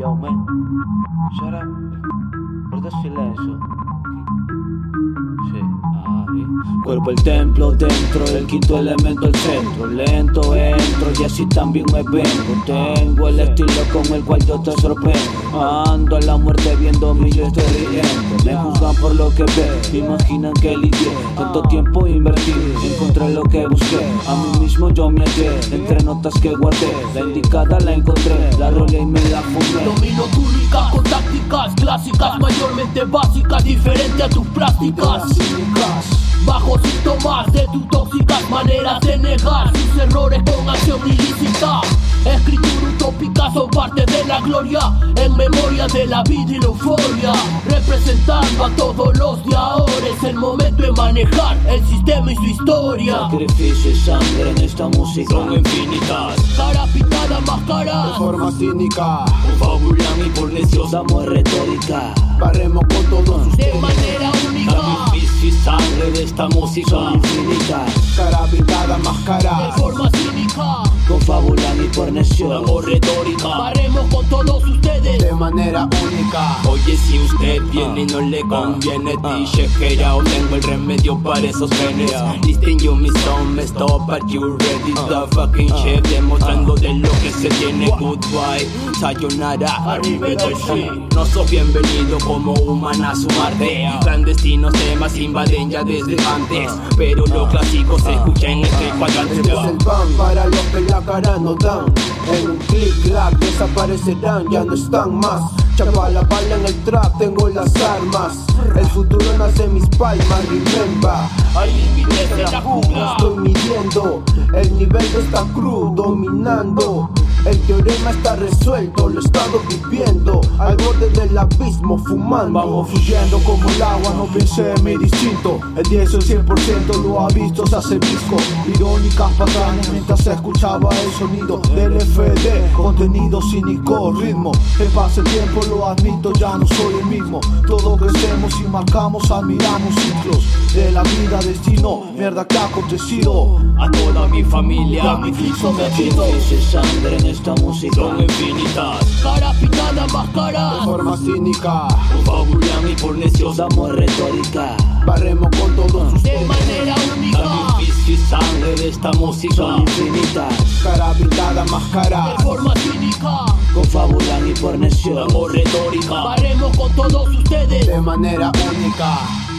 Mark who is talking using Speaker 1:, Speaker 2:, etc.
Speaker 1: down, man. Shut up. Guarda silenzio. Sì, ah, sì.
Speaker 2: Cuerpo el templo dentro, el quinto elemento al centro. Lento entro y así también me vengo. Tengo el estilo con el cual yo te sorprendo. Ando a la muerte viendo mi yo estoy riendo. Me juzgan por lo que ve, imaginan que lidié. Tanto tiempo invertí, encontré lo que busqué. A mí mismo yo me hallé, entre notas que guardé. La indicada la encontré, la rolé y me la fumé.
Speaker 3: Domino tu rica con tácticas clásicas, mayormente básicas, diferente a tus prácticas. Bajo síntomas de tus tóxicas maneras de negar sus errores con acción ilícita. Escritura utópica son parte de la gloria, en memoria de la vida y la euforia. Representando a todos los de ahora, es el momento de manejar el sistema y su historia.
Speaker 2: Sacrificio y sangre en esta música.
Speaker 4: Son infinitas,
Speaker 3: Cara pitada, máscaras.
Speaker 5: Forma cínica,
Speaker 4: confabulan y por necios
Speaker 2: Damos retórica.
Speaker 5: barremos con todos sus
Speaker 3: de manera única,
Speaker 4: Sacrificio y sangre de esta música
Speaker 2: Son infinitas,
Speaker 5: cara pintada,
Speaker 3: de
Speaker 5: máscaras.
Speaker 3: forma cínica.
Speaker 2: confabulan y por necio.
Speaker 4: Damos retórica
Speaker 3: Paremos con todos ustedes,
Speaker 5: de manera única.
Speaker 4: Oye, si usted viene y no le conviene Dice que ya tengo el remedio para esos genes Listen you me some, stop at you ready The fucking chef demostrando de lo que se tiene Goodbye, sayonara, arrivederci No sos bienvenido como humana a su Marte Clandestinos temas invaden ya desde antes Pero lo clásico se escucha en este
Speaker 5: Este es
Speaker 4: cuadrante
Speaker 5: el pan para los que la cara no dan. En un clic, clac, desaparecerán, ya no están más. Chapa la bala en el trap, tengo las armas. El futuro nace en mis palmas, remember.
Speaker 3: hay límites en la jungla.
Speaker 5: Estoy midiendo, el nivel está crudo, dominando. El teorema está resuelto, lo he estado viviendo. Al borde del abismo, fumando.
Speaker 6: Vamos fluyendo como el agua, no pensé en mi distinto. El 10 o el 100% lo ha visto, se hace disco. Irónicas patrañas mientras se escuchaba el sonido del FD. Contenido cínico, ritmo. Que pase el tiempo, lo admito, ya no soy el mismo. Todos crecemos y marcamos, admiramos ciclos de la vida, destino. Mierda que ha acontecido.
Speaker 4: A toda mi familia, mi friso me chido
Speaker 2: Sacrificio y sangre en esta música.
Speaker 4: Son infinitas
Speaker 3: Cara pintada, máscaras.
Speaker 5: Forma cínica,
Speaker 4: Confabulan y por necios
Speaker 2: Damos retórica.
Speaker 5: barremos con todos sus
Speaker 3: de manera única,
Speaker 4: Sacrificio y sangre de esta música
Speaker 2: Son infinitas,
Speaker 5: cara pintada, máscara.
Speaker 3: de forma cínica.
Speaker 2: confabulan y por necio.
Speaker 4: Damos retórica
Speaker 3: Paremos con todos ustedes.
Speaker 5: de manera única.